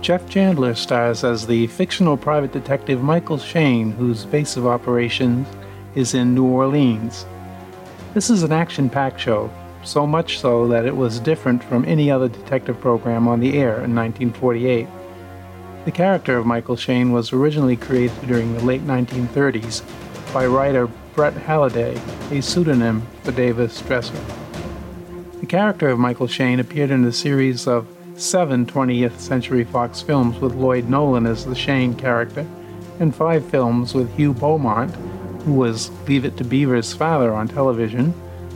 Jeff Chandler stars as the fictional private detective Michael Shane, whose base of operations is in New Orleans. This is an action packed show, so much so that it was different from any other detective program on the air in 1948. The character of Michael Shane was originally created during the late 1930s by writer Brett Halliday, a pseudonym for Davis Dresser. The character of Michael Shane appeared in a series of seven 20th Century Fox films with Lloyd Nolan as the Shane character, and five films with Hugh Beaumont, who was Leave It to Beaver's father on television,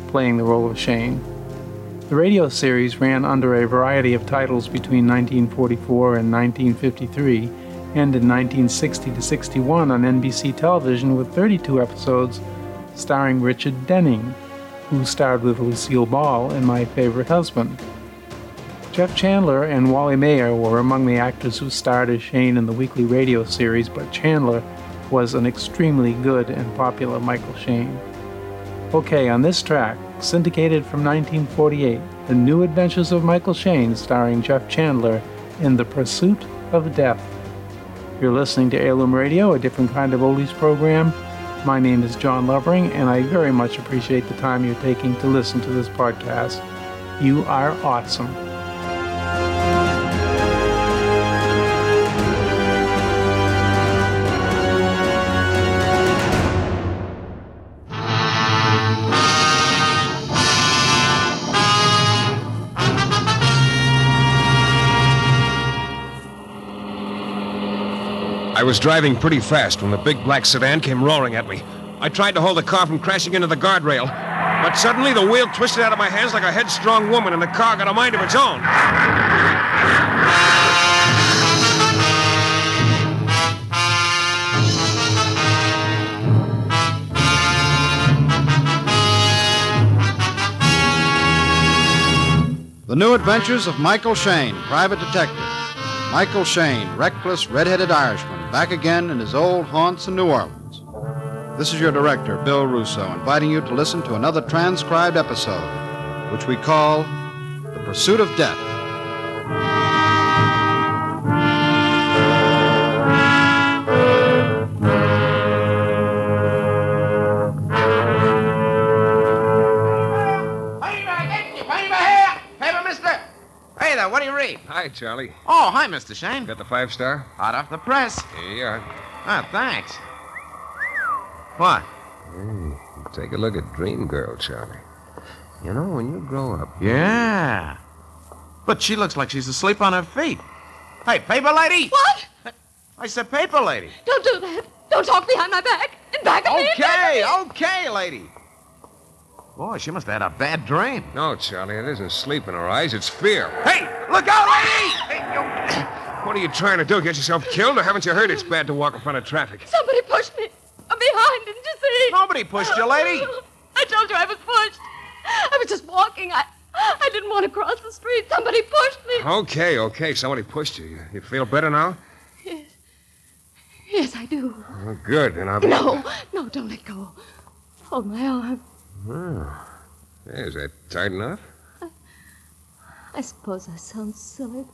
playing the role of Shane. The radio series ran under a variety of titles between 1944 and 1953, and in 1960 to 61 on NBC television with 32 episodes starring Richard Denning, who starred with Lucille Ball in My Favorite Husband. Jeff Chandler and Wally Mayer were among the actors who starred as Shane in the weekly radio series, but Chandler was an extremely good and popular Michael Shane. Okay, on this track, syndicated from 1948, The New Adventures of Michael Shane, starring Jeff Chandler in The Pursuit of Death. You're listening to Heirloom Radio, a different kind of oldies program. My name is John Lovering, and I very much appreciate the time you're taking to listen to this podcast. You are awesome. I was driving pretty fast when the big black sedan came roaring at me. I tried to hold the car from crashing into the guardrail, but suddenly the wheel twisted out of my hands like a headstrong woman, and the car got a mind of its own. The New Adventures of Michael Shane, Private Detective. Michael Shane, reckless, red-headed Irishman, back again in his old haunts in New Orleans. This is your director, Bill Russo, inviting you to listen to another transcribed episode, which we call The Pursuit of Death. Hey, I get you. Hey, my hair. Hey, my mister. Hey there, what do you read? Hi, Charlie. Oh, hi, Mr. Shane. Got the five star? Hot off the press. Here you are. Ah, thanks. What? Take a look at Dream Girl, Charlie. You know, when you grow up. Yeah. But she looks like she's asleep on her feet. Hey, paper lady. What? I said paper lady. Don't do that. Don't talk behind my back. And back of me. and back of Okay, me. okay, lady. Boy, she must have had a bad dream. No, Charlie, it isn't sleep in her eyes, it's fear. Hey, look out, lady! Hey, you... What are you trying to do? Get yourself killed, or haven't you heard it's bad to walk in front of traffic? Somebody pushed me. I'm behind, didn't you see? Nobody pushed you, lady. I told you I was pushed. I was just walking. I I didn't want to cross the street. Somebody pushed me. Okay, okay, somebody pushed you. You- You feel better now? Yes, I do. Well, good, and I'll be. No, no, don't let go. Hold my arm. Yeah, is that tight enough? I suppose I sound silly.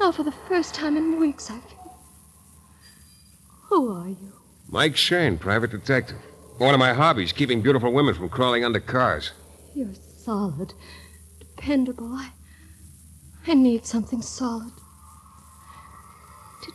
Now, for the first time in weeks, I feel. Who are you? Mike Shane, private detective. One of my hobbies, keeping beautiful women from crawling under cars. You're solid, dependable. I, I need something solid. Did,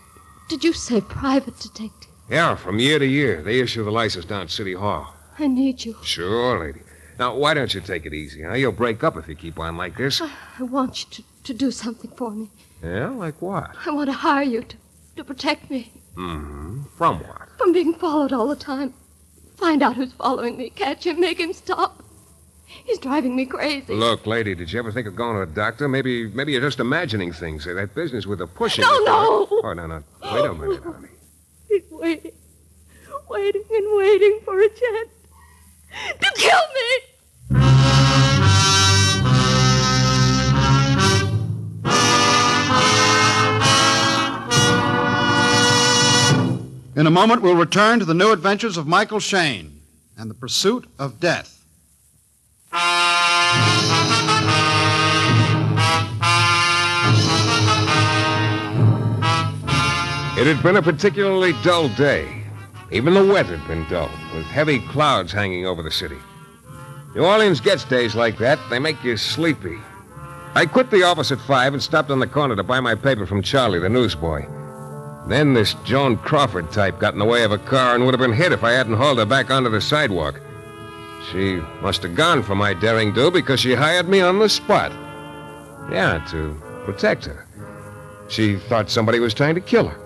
did you say private detective? Yeah, from year to year, they issue the license down at City Hall. I need you. Sure, lady. Now, why don't you take it easy? Huh? You'll break up if you keep on like this. I want you to, to do something for me. Yeah, like what? I want to hire you to, to protect me Mm-hmm. From what? from being followed all the time. Find out who's following me, catch him, make him stop. He's driving me crazy. Look, lady, did you ever think of going to a doctor? Maybe, maybe you're just imagining things. Say, that business with the pushing. No, no. Oh, no, no. Wait a minute, honey. He's waiting, waiting and waiting for a chance to kill me. In a moment, we'll return to the new adventures of Michael Shane and the pursuit of death. It had been a particularly dull day. Even the weather had been dull, with heavy clouds hanging over the city. New Orleans gets days like that. They make you sleepy. I quit the office at five and stopped on the corner to buy my paper from Charlie, the newsboy. Then this Joan Crawford type got in the way of a car and would have been hit if I hadn't hauled her back onto the sidewalk. She must have gone for my daring do because she hired me on the spot. Yeah, to protect her. She thought somebody was trying to kill her.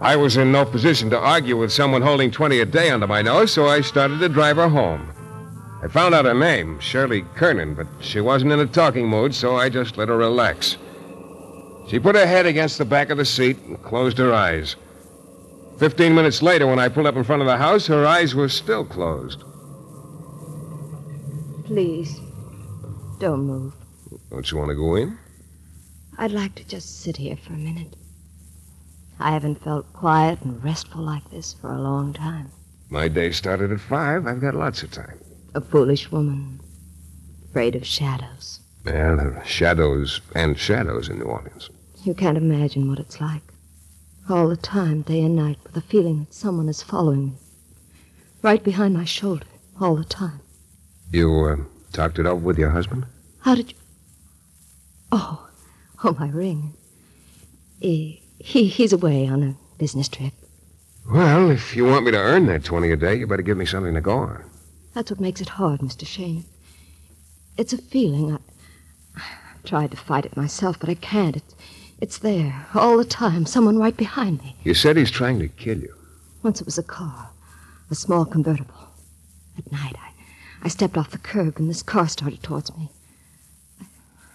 I was in no position to argue with someone holding 20 a day under my nose, so I started to drive her home. I found out her name, Shirley Kernan, but she wasn't in a talking mood, so I just let her relax. She put her head against the back of the seat and closed her eyes. Fifteen minutes later, when I pulled up in front of the house, her eyes were still closed. Please, don't move. Don't you want to go in? I'd like to just sit here for a minute. I haven't felt quiet and restful like this for a long time. My day started at five. I've got lots of time. A foolish woman, afraid of shadows. Yeah, there are shadows and shadows in New Orleans. You can't imagine what it's like. All the time, day and night, with the feeling that someone is following me. Right behind my shoulder, all the time. You uh, talked it over with your husband? How did you. Oh, oh, my ring. He, he, he's away on a business trip. Well, if you want me to earn that 20 a day, you better give me something to go on. That's what makes it hard, Mr. Shane. It's a feeling. I, I've tried to fight it myself, but I can't. It's, it's there, all the time, someone right behind me. You said he's trying to kill you. Once it was a car, a small convertible. At night, I, I stepped off the curb and this car started towards me. I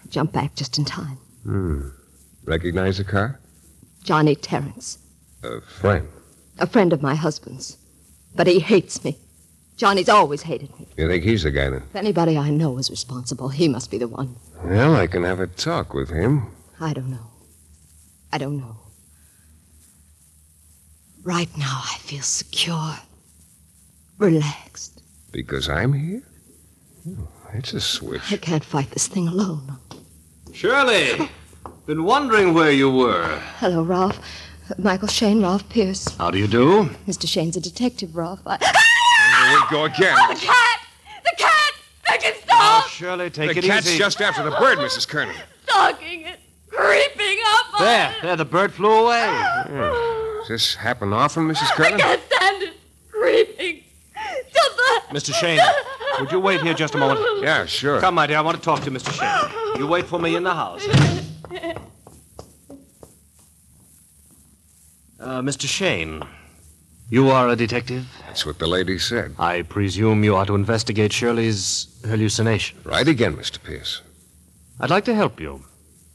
jumped back just in time. Hmm. Recognize the car? Johnny Terrence, A friend. a friend of my husband's. But he hates me. Johnny's always hated me. You think he's the guy then? If anybody I know is responsible, he must be the one. Well, I can have a talk with him. I don't know. I don't know. Right now, I feel secure, relaxed. Because I'm here? Oh, it's a I switch. can't fight this thing alone. Shirley! Been wondering where you were. Hello, Ralph. Uh, Michael Shane, Ralph Pierce. How do you do? Mr. Shane's a detective, Ralph. I... Here we go again. cat! The cat! I can stop Shirley, take the cat's just after the bird, Mrs. Kernan. stalking it, creeping up There, there, the bird flew away. Does this happen often, Mrs. Kernan? stand it, creeping. Just Mr. Shane, would you wait here just a moment? Yeah, sure. Come, my dear, I want to talk to Mr. Shane. You wait for me in the house. Uh, Mr. Shane, you are a detective. That's what the lady said. I presume you are to investigate Shirley's hallucination. Right again, Mr. Pierce. I'd like to help you.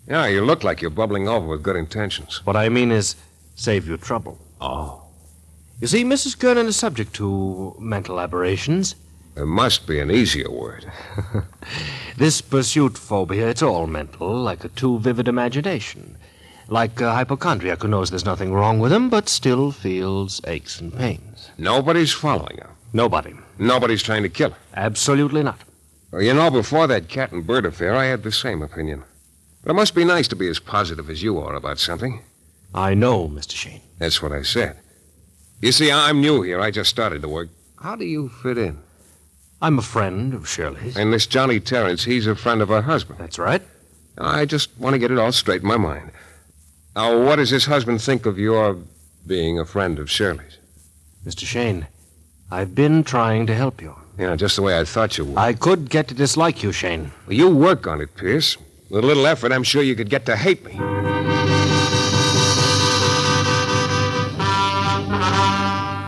Yeah, you look like you're bubbling over with good intentions. What I mean is, save you trouble. Oh. You see, Mrs. Kernan is subject to mental aberrations. There must be an easier word. This pursuit phobia, it's all mental, like a too vivid imagination. Like a hypochondriac who knows there's nothing wrong with him, but still feels aches and pains. Nobody's following her. Nobody. Nobody's trying to kill her. Absolutely not. Well, you know, before that cat and bird affair, I had the same opinion. But it must be nice to be as positive as you are about something. I know, Mr. Shane. That's what I said. You see, I- I'm new here. I just started the work. How do you fit in? I'm a friend of Shirley's. And this Johnny Terrence, he's a friend of her husband. That's right. I just want to get it all straight in my mind. Now, what does his husband think of your being a friend of Shirley's? Mr. Shane, I've been trying to help you. Yeah, just the way I thought you would. I could get to dislike you, Shane. Well, you work on it, Pierce. With a little effort, I'm sure you could get to hate me.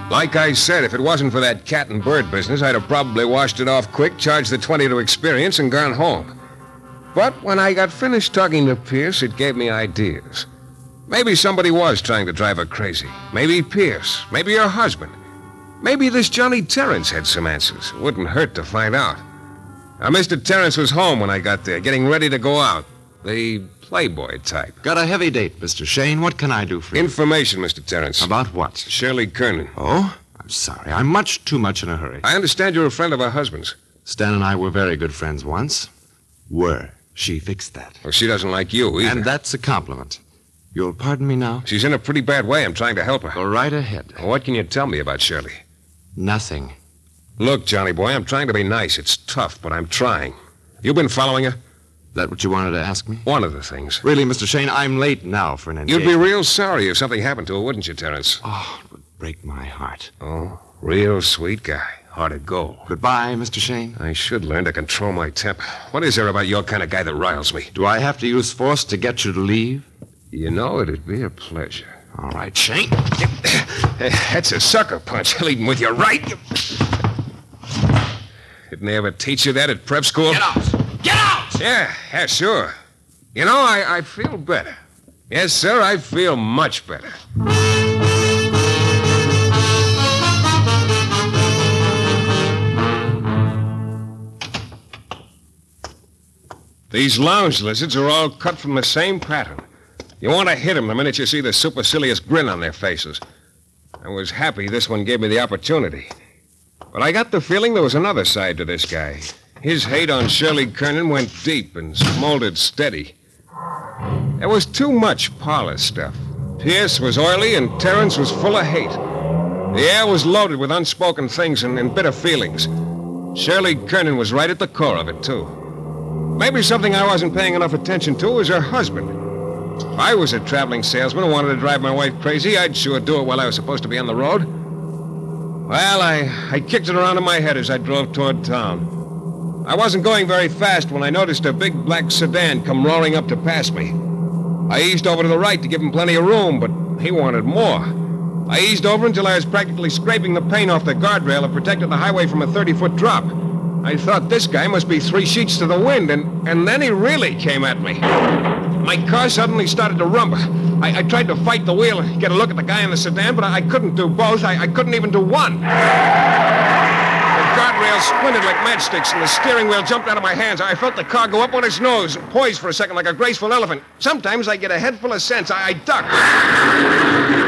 Like I said, if it wasn't for that cat and bird business, I'd have probably washed it off quick, charged the 20 to experience, and gone home. But when I got finished talking to Pierce, it gave me ideas. Maybe somebody was trying to drive her crazy. Maybe Pierce. Maybe her husband. Maybe this Johnny Terrence had some answers. It wouldn't hurt to find out. Now, Mr. Terrence was home when I got there, getting ready to go out. The playboy type. Got a heavy date, Mr. Shane. What can I do for you? Information, Mr. Terrence. About what? Shirley Kernan. Oh, I'm sorry. I'm much too much in a hurry. I understand you're a friend of her husband's. Stan and I were very good friends once. Were. She fixed that. Well, she doesn't like you either. And that's a compliment. You'll pardon me now? She's in a pretty bad way. I'm trying to help her. Go right ahead. What can you tell me about Shirley? Nothing. Look, Johnny boy, I'm trying to be nice. It's tough, but I'm trying. You've been following her? That what you wanted to ask me? One of the things. Really, Mr. Shane, I'm late now for an You'd engagement. be real sorry if something happened to her, wouldn't you, Terence? Oh, it would break my heart. Oh, real sweet guy. Heart of gold. Goodbye, Mr. Shane. I should learn to control my temper. What is there about your kind of guy that riles me? Do I have to use force to get you to leave? You know, it'd be a pleasure. All right, Shane. Hey, That's a sucker punch. I'll eat 'em with you right. Didn't they ever teach you that at prep school? Get out! Get out! Yeah, yeah, sure. You know, I, I feel better. Yes, sir, I feel much better. These lounge lizards are all cut from the same pattern. You want to hit 'em the minute you see the supercilious grin on their faces. I was happy this one gave me the opportunity. But I got the feeling there was another side to this guy. His hate on Shirley Kernan went deep and smouldered steady. There was too much parlor stuff. Pierce was oily and Terence was full of hate. The air was loaded with unspoken things and, and bitter feelings. Shirley Kernan was right at the core of it, too. Maybe something I wasn't paying enough attention to was her husband. If I was a traveling salesman and wanted to drive my wife crazy, I'd sure do it while I was supposed to be on the road. Well, I, I kicked it around in my head as I drove toward town. I wasn't going very fast when I noticed a big black sedan come roaring up to pass me. I eased over to the right to give him plenty of room, but he wanted more. I eased over until I was practically scraping the paint off the guardrail that protected the highway from a 30 foot drop. I thought this guy must be three sheets to the wind, and, and then he really came at me. My car suddenly started to rumble. I, I tried to fight the wheel and get a look at the guy in the sedan, but I, I couldn't do both. I, I couldn't even do one. The guardrail splintered like matchsticks, and the steering wheel jumped out of my hands. I felt the car go up on its nose, poised for a second like a graceful elephant. Sometimes I get a head full of sense. I, I duck.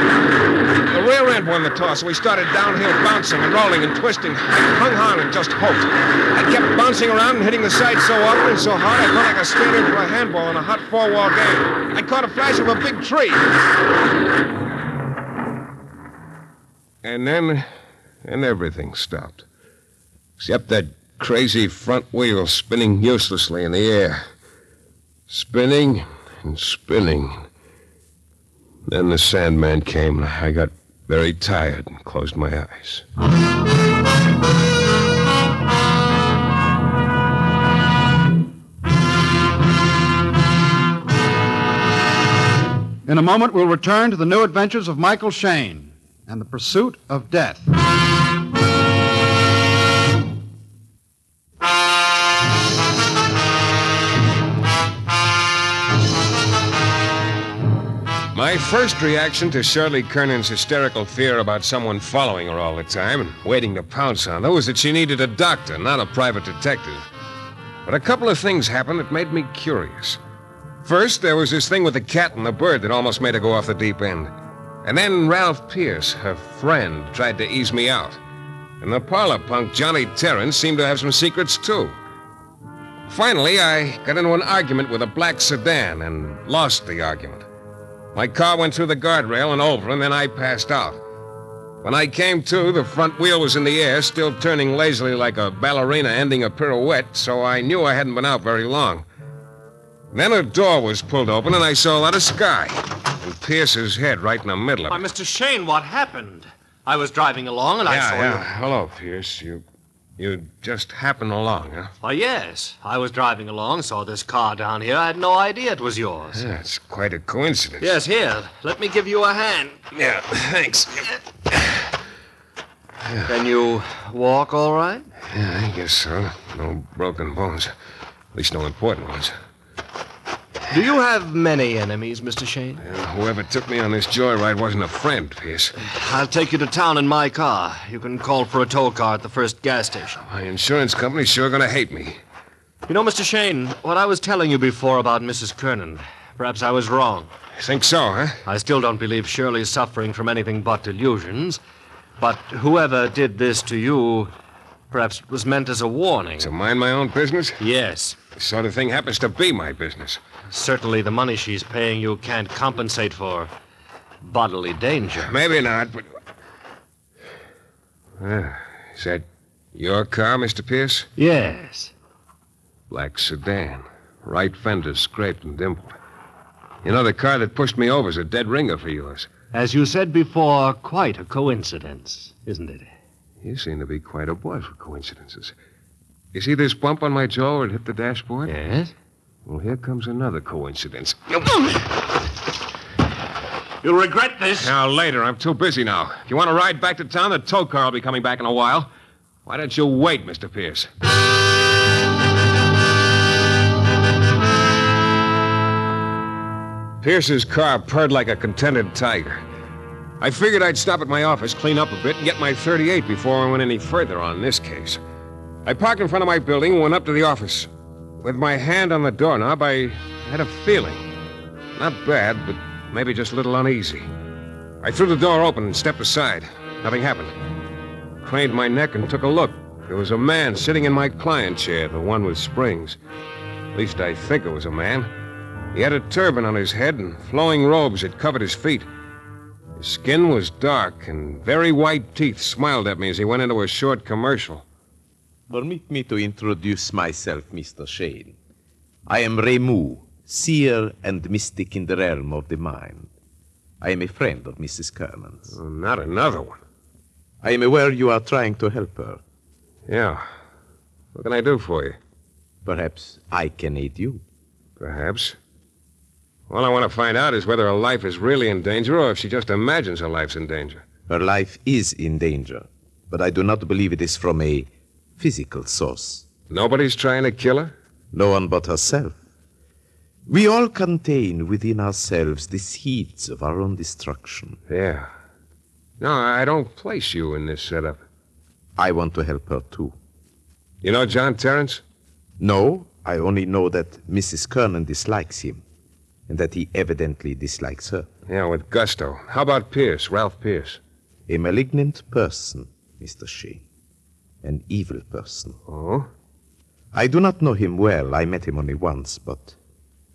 The rear end won the toss, so we started downhill, bouncing and rolling and twisting. I hung on and just hoped. I kept bouncing around and hitting the side so often and so hard, I felt like I slid into a handball in a hot four-wall game. I caught a flash of a big tree. And then, and everything stopped. Except that crazy front wheel spinning uselessly in the air. Spinning and spinning. Then the Sandman came, and I got very tired and closed my eyes. In a moment, we'll return to the new adventures of Michael Shane and the pursuit of death. My first reaction to Shirley Kernan's hysterical fear about someone following her all the time and waiting to pounce on her was that she needed a doctor, not a private detective. But a couple of things happened that made me curious. First, there was this thing with the cat and the bird that almost made her go off the deep end. And then Ralph Pierce, her friend, tried to ease me out. And the parlor punk, Johnny Terrence, seemed to have some secrets, too. Finally, I got into an argument with a black sedan and lost the argument. My car went through the guardrail and over, and then I passed out. When I came to, the front wheel was in the air, still turning lazily like a ballerina ending a pirouette, so I knew I hadn't been out very long. Then a door was pulled open, and I saw a lot of sky, and Pierce's head right in the middle of Why, it. Mr. Shane, what happened? I was driving along and I yeah, saw yeah. you. Hello, Pierce. You, you just happened along, huh? Why, yes. I was driving along, saw this car down here. I had no idea it was yours. Yeah, it's quite a coincidence. Yes, here. Let me give you a hand. Yeah. Thanks. Can you walk all right? Yeah, I guess so. No broken bones, at least no important ones. Do you have many enemies, Mr. Shane? Yeah, whoever took me on this joyride wasn't a friend, Pierce. I'll take you to town in my car. You can call for a tow car at the first gas station. My insurance company's sure gonna hate me. You know, Mr. Shane, what I was telling you before about Mrs. Kernan, perhaps I was wrong. Think so, huh? I still don't believe Shirley's suffering from anything but delusions. But whoever did this to you, perhaps it was meant as a warning. To mind my own business? Yes. The sort of thing happens to be my business. Certainly, the money she's paying you can't compensate for bodily danger. Maybe not, but. Ah, is that your car, Mr. Pierce? Yes. Black sedan. Right fender scraped and dimpled. You know, the car that pushed me over is a dead ringer for yours. As you said before, quite a coincidence, isn't it? You seem to be quite a boy for coincidences. You see this bump on my jaw where it hit the dashboard? Yes? Well, here comes another coincidence. You'll regret this. Now, later. I'm too busy now. If you want to ride back to town, the tow car will be coming back in a while. Why don't you wait, Mr. Pierce? Pierce's car purred like a contented tiger. I figured I'd stop at my office, clean up a bit, and get my 38 before I went any further on this case. I parked in front of my building and went up to the office. With my hand on the doorknob, I had a feeling. Not bad, but maybe just a little uneasy. I threw the door open and stepped aside. Nothing happened. Craned my neck and took a look. There was a man sitting in my client chair, the one with springs. At least I think it was a man. He had a turban on his head and flowing robes that covered his feet. His skin was dark, and very white teeth smiled at me as he went into a short commercial. Permit me to introduce myself, Mr. Shane. I am Remu, seer and mystic in the realm of the mind. I am a friend of Mrs. Kerman's. Oh, not another one. I am aware you are trying to help her. Yeah. What can I do for you? Perhaps I can aid you. Perhaps. All I want to find out is whether her life is really in danger or if she just imagines her life's in danger. Her life is in danger, but I do not believe it is from a physical source. Nobody's trying to kill her? No one but herself. We all contain within ourselves the seeds of our own destruction. Yeah. No, I don't place you in this setup. I want to help her too. You know John Terrence? No, I only know that Mrs. Kernan dislikes him, and that he evidently dislikes her. Yeah, with gusto. How about Pierce, Ralph Pierce? A malignant person, Mr. Shane. An evil person. Oh? I do not know him well. I met him only once, but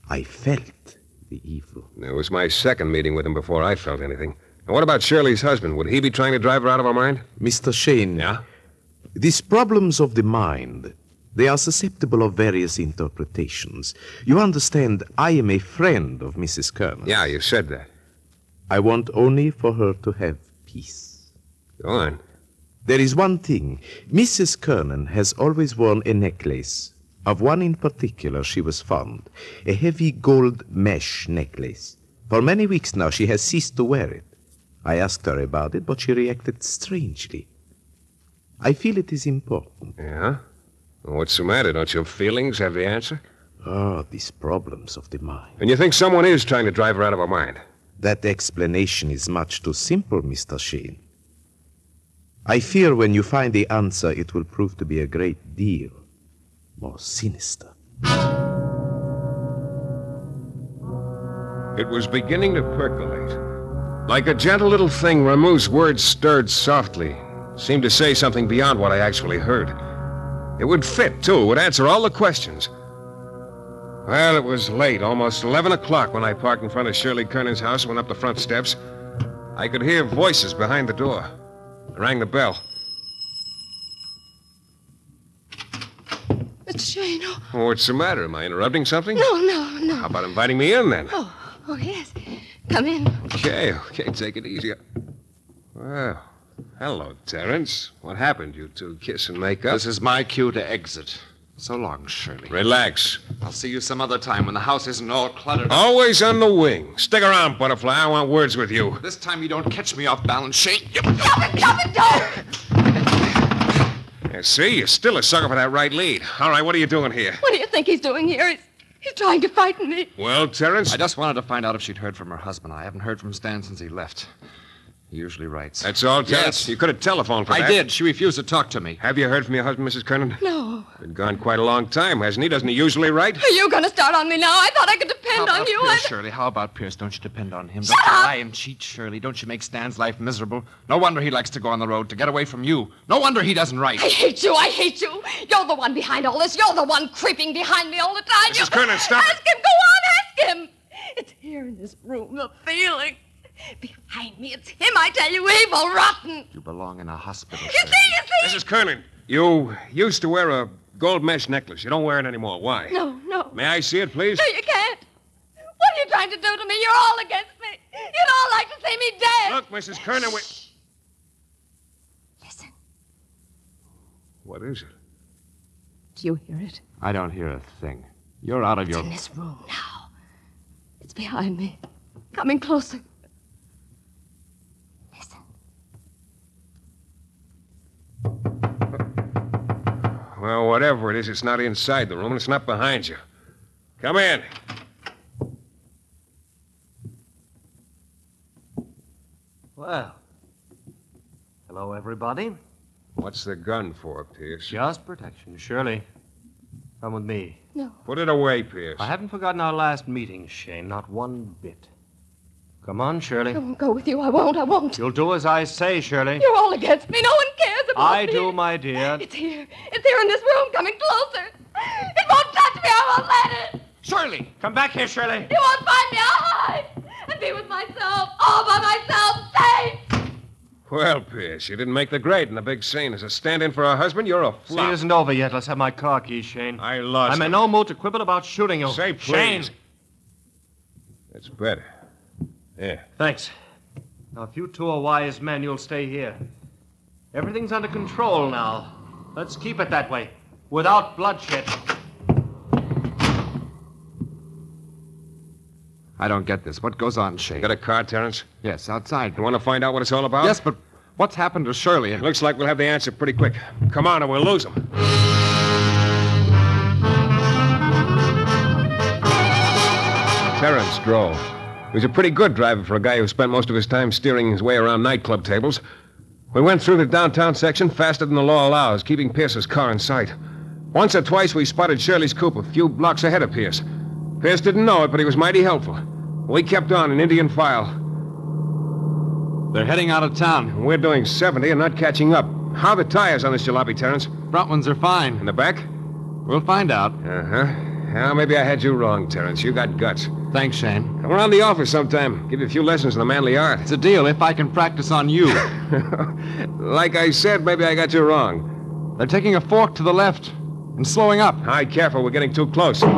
I felt the evil. It was my second meeting with him before I felt anything. And what about Shirley's husband? Would he be trying to drive her out of her mind? Mr. Shane, these problems of the mind, they are susceptible of various interpretations. You understand, I am a friend of Mrs. Kernan. Yeah, you said that. I want only for her to have peace. Go on. There is one thing. Mrs. Kernan has always worn a necklace. Of one in particular she was fond, a heavy gold mesh necklace. For many weeks now she has ceased to wear it. I asked her about it, but she reacted strangely. I feel it is important. Yeah? Well, what's the matter? Don't your feelings have the answer? Ah, these problems of the mind. And you think someone is trying to drive her out of her mind? That explanation is much too simple, Mr. Shane. I fear when you find the answer, it will prove to be a great deal more sinister. It was beginning to percolate. Like a gentle little thing, Ramu's words stirred softly, seemed to say something beyond what I actually heard. It would fit, too, would answer all the questions. Well, it was late, almost 11 o'clock, when I parked in front of Shirley Kernan's house and went up the front steps. I could hear voices behind the door. I rang the bell. Mr. Shane, oh, Oh, what's the matter? Am I interrupting something? no, no, How no. about inviting me in then? Oh, oh, yes. Come in. Okay, okay, take it easy. Well, hello, Terence. What happened? You two kiss and make up? This is my cue to exit. So long, Shirley. Relax. I'll see you some other time when the house isn't all Oh. cluttered. up. Always on the wing. Stick around, Butterfly. I want words with you. This time you don't catch me off balance, Shane. Yep. Stop it, stop it, don't! Yeah, see, you're still a sucker for that right lead. All right, what are you doing here? What do you think he's doing here? He's, he's trying to fight me. Well, Terence, I just wanted to find out if she'd heard from her husband. I haven't heard from Stan since he left. He usually writes. That's all, Tess? Yes. You could have telephoned for I that. did. She refused to talk to me. Have you heard from your husband, Mrs. Kernan? No. Been gone quite a long time, hasn't he? Doesn't he usually write? Are you going to start on me now? I thought I could How depend about on you. Pierce, I- Shirley? How about Pierce? Don't you depend on him. Don't you lie and cheat, Shirley. Don't you make Stan's life miserable? No wonder he likes to go on the road to get away from you. No wonder he doesn't write. I hate you. I hate you. You're the one behind all this. You're the one creeping behind me all the time. Mrs. Kernan, stop it. Ask him. Go on, ask him. It's here in this room, the feeling. Behind me, it's him, I tell you, evil, rotten. You belong in a hospital. You see, you see? Mrs. Kernan, you used to wear a gold mesh necklace. You don't wear it anymore. Why? No, no. May I see it, please? No, you can't. What are you trying to do to me? You're all against me. You'd all like to see me dead. Look, Mrs. Kernan, we... Listen. What is it? Do you hear it? I don't hear a thing. You're out of your. In this room now. It's behind me. Coming closer. Listen. Well, whatever it is, it's not inside the room and it's not behind you. Come in. Well. Hello, everybody. What's the gun for, Pierce? Just protection, Shirley. Come with me. Put it away, Pierce. I haven't forgotten our last meeting, Shane, not one bit. Come on, I Shirley. won't go with you. I won't. I won't. You'll do as I say, Shirley. You're all against me. No one cares about I me. do, my dear. It's here. It's here in this room, coming closer. It won't touch me. I won't let it. Shirley! Come back here, Shirley! It won't find me. I'll hide and be with myself, all by myself, safe. Well, Pierce, you didn't make the grade in the big scene. As a stand-in for her husband, you're a Scene flop. isn't over yet. Let's have my car keys, Shane. I lost. I'm in it. no mood to quibble about shooting you. Say please. Shane. That's better. Yeah. Thanks. Now, if you two are wise men, you'll stay here. Everything's under control now. Let's keep it that way, without bloodshed. I don't get this. What goes on, Shane? You got a car, Terrence? Yes, outside. You want to find out what it's all about? Yes, but what's happened to Shirley? And... Looks like we'll have the answer pretty quick. Come on, or we'll lose him. Terence drove. He was a pretty good driver for a guy who spent most of his time steering his way around nightclub tables. We went through the downtown section faster than the law allows, keeping Pierce's car in sight. Once or twice we spotted Shirley's coupe a few blocks ahead of Pierce. Pierce didn't know it, but he was mighty helpful. We kept on in Indian file. They're heading out of town. We're doing 70 and not catching up. How are the tires on this jalopy, Terrence? Front ones are In fine. the back? We'll find out. Uh huh. Well, maybe I had you wrong, Terrence. You got guts. Thanks, Shane. Come around the office sometime. Give you a few lessons in the manly art. It's a deal if I can practice on you. like I said, maybe I got you wrong. They're taking a fork to the left and slowing up. All right, careful. We're getting too close. All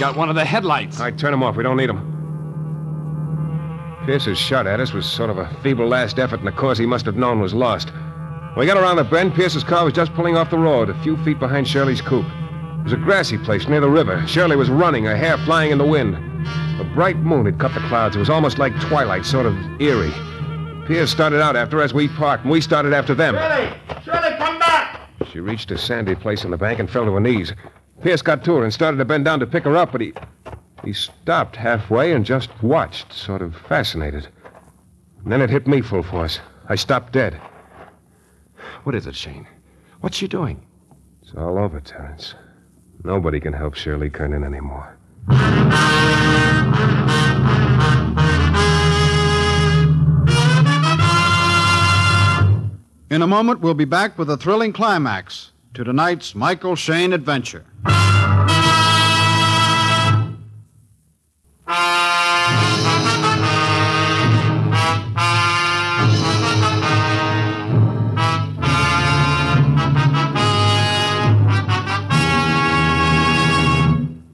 Got one of the headlights. right, turn them off. We don't need them. Pierce's shot at us was sort of a feeble last effort, and the course he must have known was lost. When we got around the bend, Pierce's car was just pulling off the road, a few feet behind Shirley's coupe. It was a grassy place near the river. Shirley was running, her hair flying in the wind. A bright moon had cut the clouds. It was almost like twilight, sort of eerie. Pierce started out after us. We parked, and we started after them. Shirley! Shirley, come back! She reached a sandy place in the bank and fell to her knees. Pierce got to her and started to bend down to pick her up, but he. He stopped halfway and just watched, sort of fascinated. And then it hit me full force. I stopped dead. What is it, Shane? What's she doing? It's all over, Terence. Nobody can help Shirley Kernan anymore. In a moment, we'll be back with a thrilling climax to tonight's Michael Shane adventure.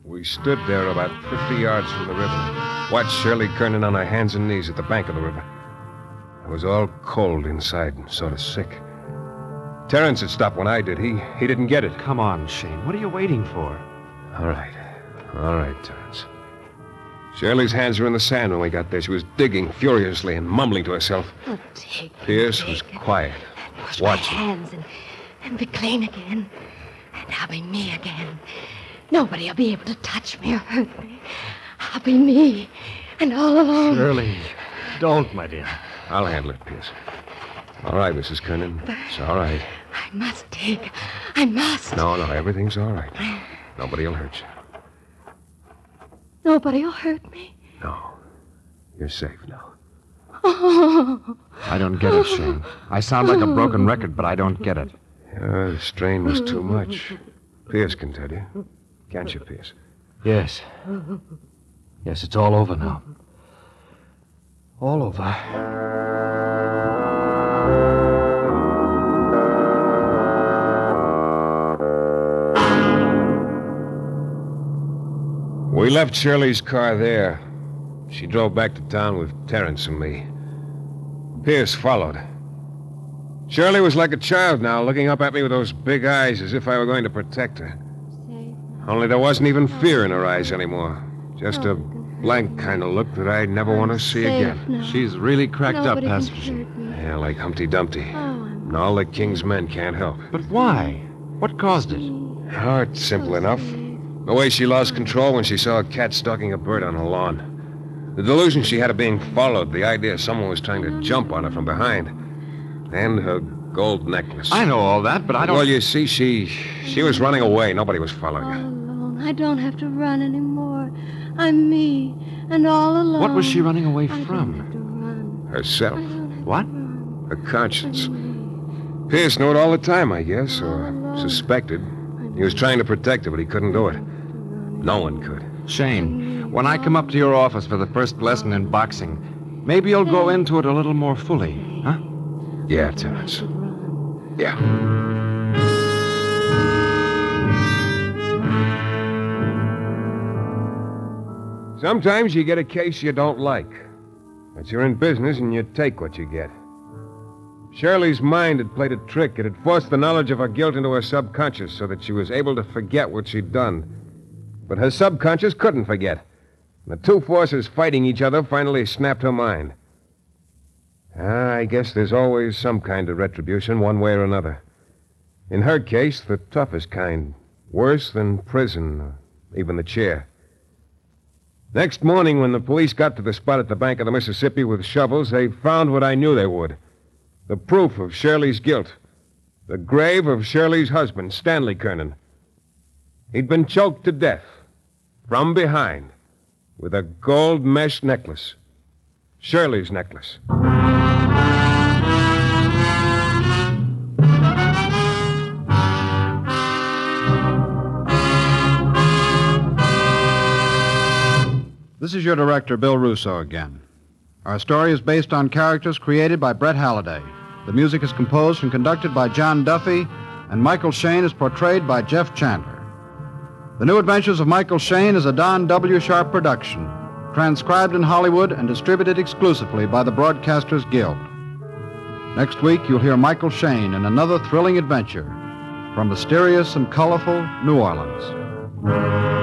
We stood there about 50 yards from the river, watched Shirley Kernan on her hands and knees at the bank of the river. I was all cold inside and sort of sick. Terence had stopped when I did. He, he didn't get it. Come on, Shane. What are you waiting for? All right. All right, Terence. Shirley's hands were in the sand when we got there. She was digging furiously and mumbling to herself. Oh, take Pierce was quiet. Wash Watch. my hands and, and be clean again. And I'll be me again. Nobody'll be able to touch me or hurt me. I'll be me. And all alone. Shirley, don't, my dear. I'll handle it, Pierce. All right, Mrs. Kernan. It's all right. I must take. I must. No, no, everything's all right. Nobody will hurt you. Nobody'll hurt me. No. You're safe now. Oh, I don't get it, Shane. I sound like a broken record, but I don't get it. Yeah, the strain was too much. Pierce can tell you. Can't you, Pierce? Yes. Yes, it's all over now. All over. We left Shirley's car there. She drove back to town with Terence and me. Pierce followed. Shirley was like a child now, looking up at me with those big eyes as if I were going to protect her. Only there wasn't even fear in her eyes anymore. Just a blank kind of look that I never want to see again. She's really cracked Nobody up, can hasn't she? hurt me. Oh, Yeah, like Humpty Dumpty. And all the king's men can't help. But why? What caused it? Mm. Oh, it's simple enough. The way she lost control when she saw a cat stalking a bird on her lawn. The delusion she had of being followed, the idea someone was trying to jump on her from behind. And her gold necklace. I know all that, but I don't. Well, you see, she she was running away. Nobody was following all her. alone. I don't have to run anymore. I'm me, and all alone. What was she running away I Don't from? have to run. Herself. I don't have to What? run. Her conscience. Pierce knew it all the time, I guess, or alone. suspected. He was trying to protect her, but he couldn't do it. No one could. Shane, when I come up to your office for the first lesson in boxing, maybe you'll go into it a little more fully, huh? Yeah, Terence. Yeah. Sometimes you get a case you don't like, but you're in business and you take what you get. Shirley's mind had played a trick. It had forced the knowledge of her guilt into her subconscious so that she was able to forget what she'd done. But her subconscious couldn't forget. The two forces fighting each other finally snapped her mind. Ah, I guess there's always some kind of retribution, one way or another. In her case, the toughest kind, worse than prison, or even the chair. Next morning, when the police got to the spot at the bank of the Mississippi with shovels, they found what I knew they would the proof of Shirley's guilt, the grave of Shirley's husband, Stanley Kernan. He'd been choked to death from behind with a gold mesh necklace, Shirley's necklace. This is your director, Bill Russo, again. Our story is based on characters created by Brett Halliday. The music is composed and conducted by John Duffy, and Michael Shane is portrayed by Jeff Chandler. The New Adventures of Michael Shane is a Don W. Sharp production, transcribed in Hollywood and distributed exclusively by the Broadcasters Guild. Next week, you'll hear Michael Shane in another thrilling adventure from mysterious and colorful New Orleans.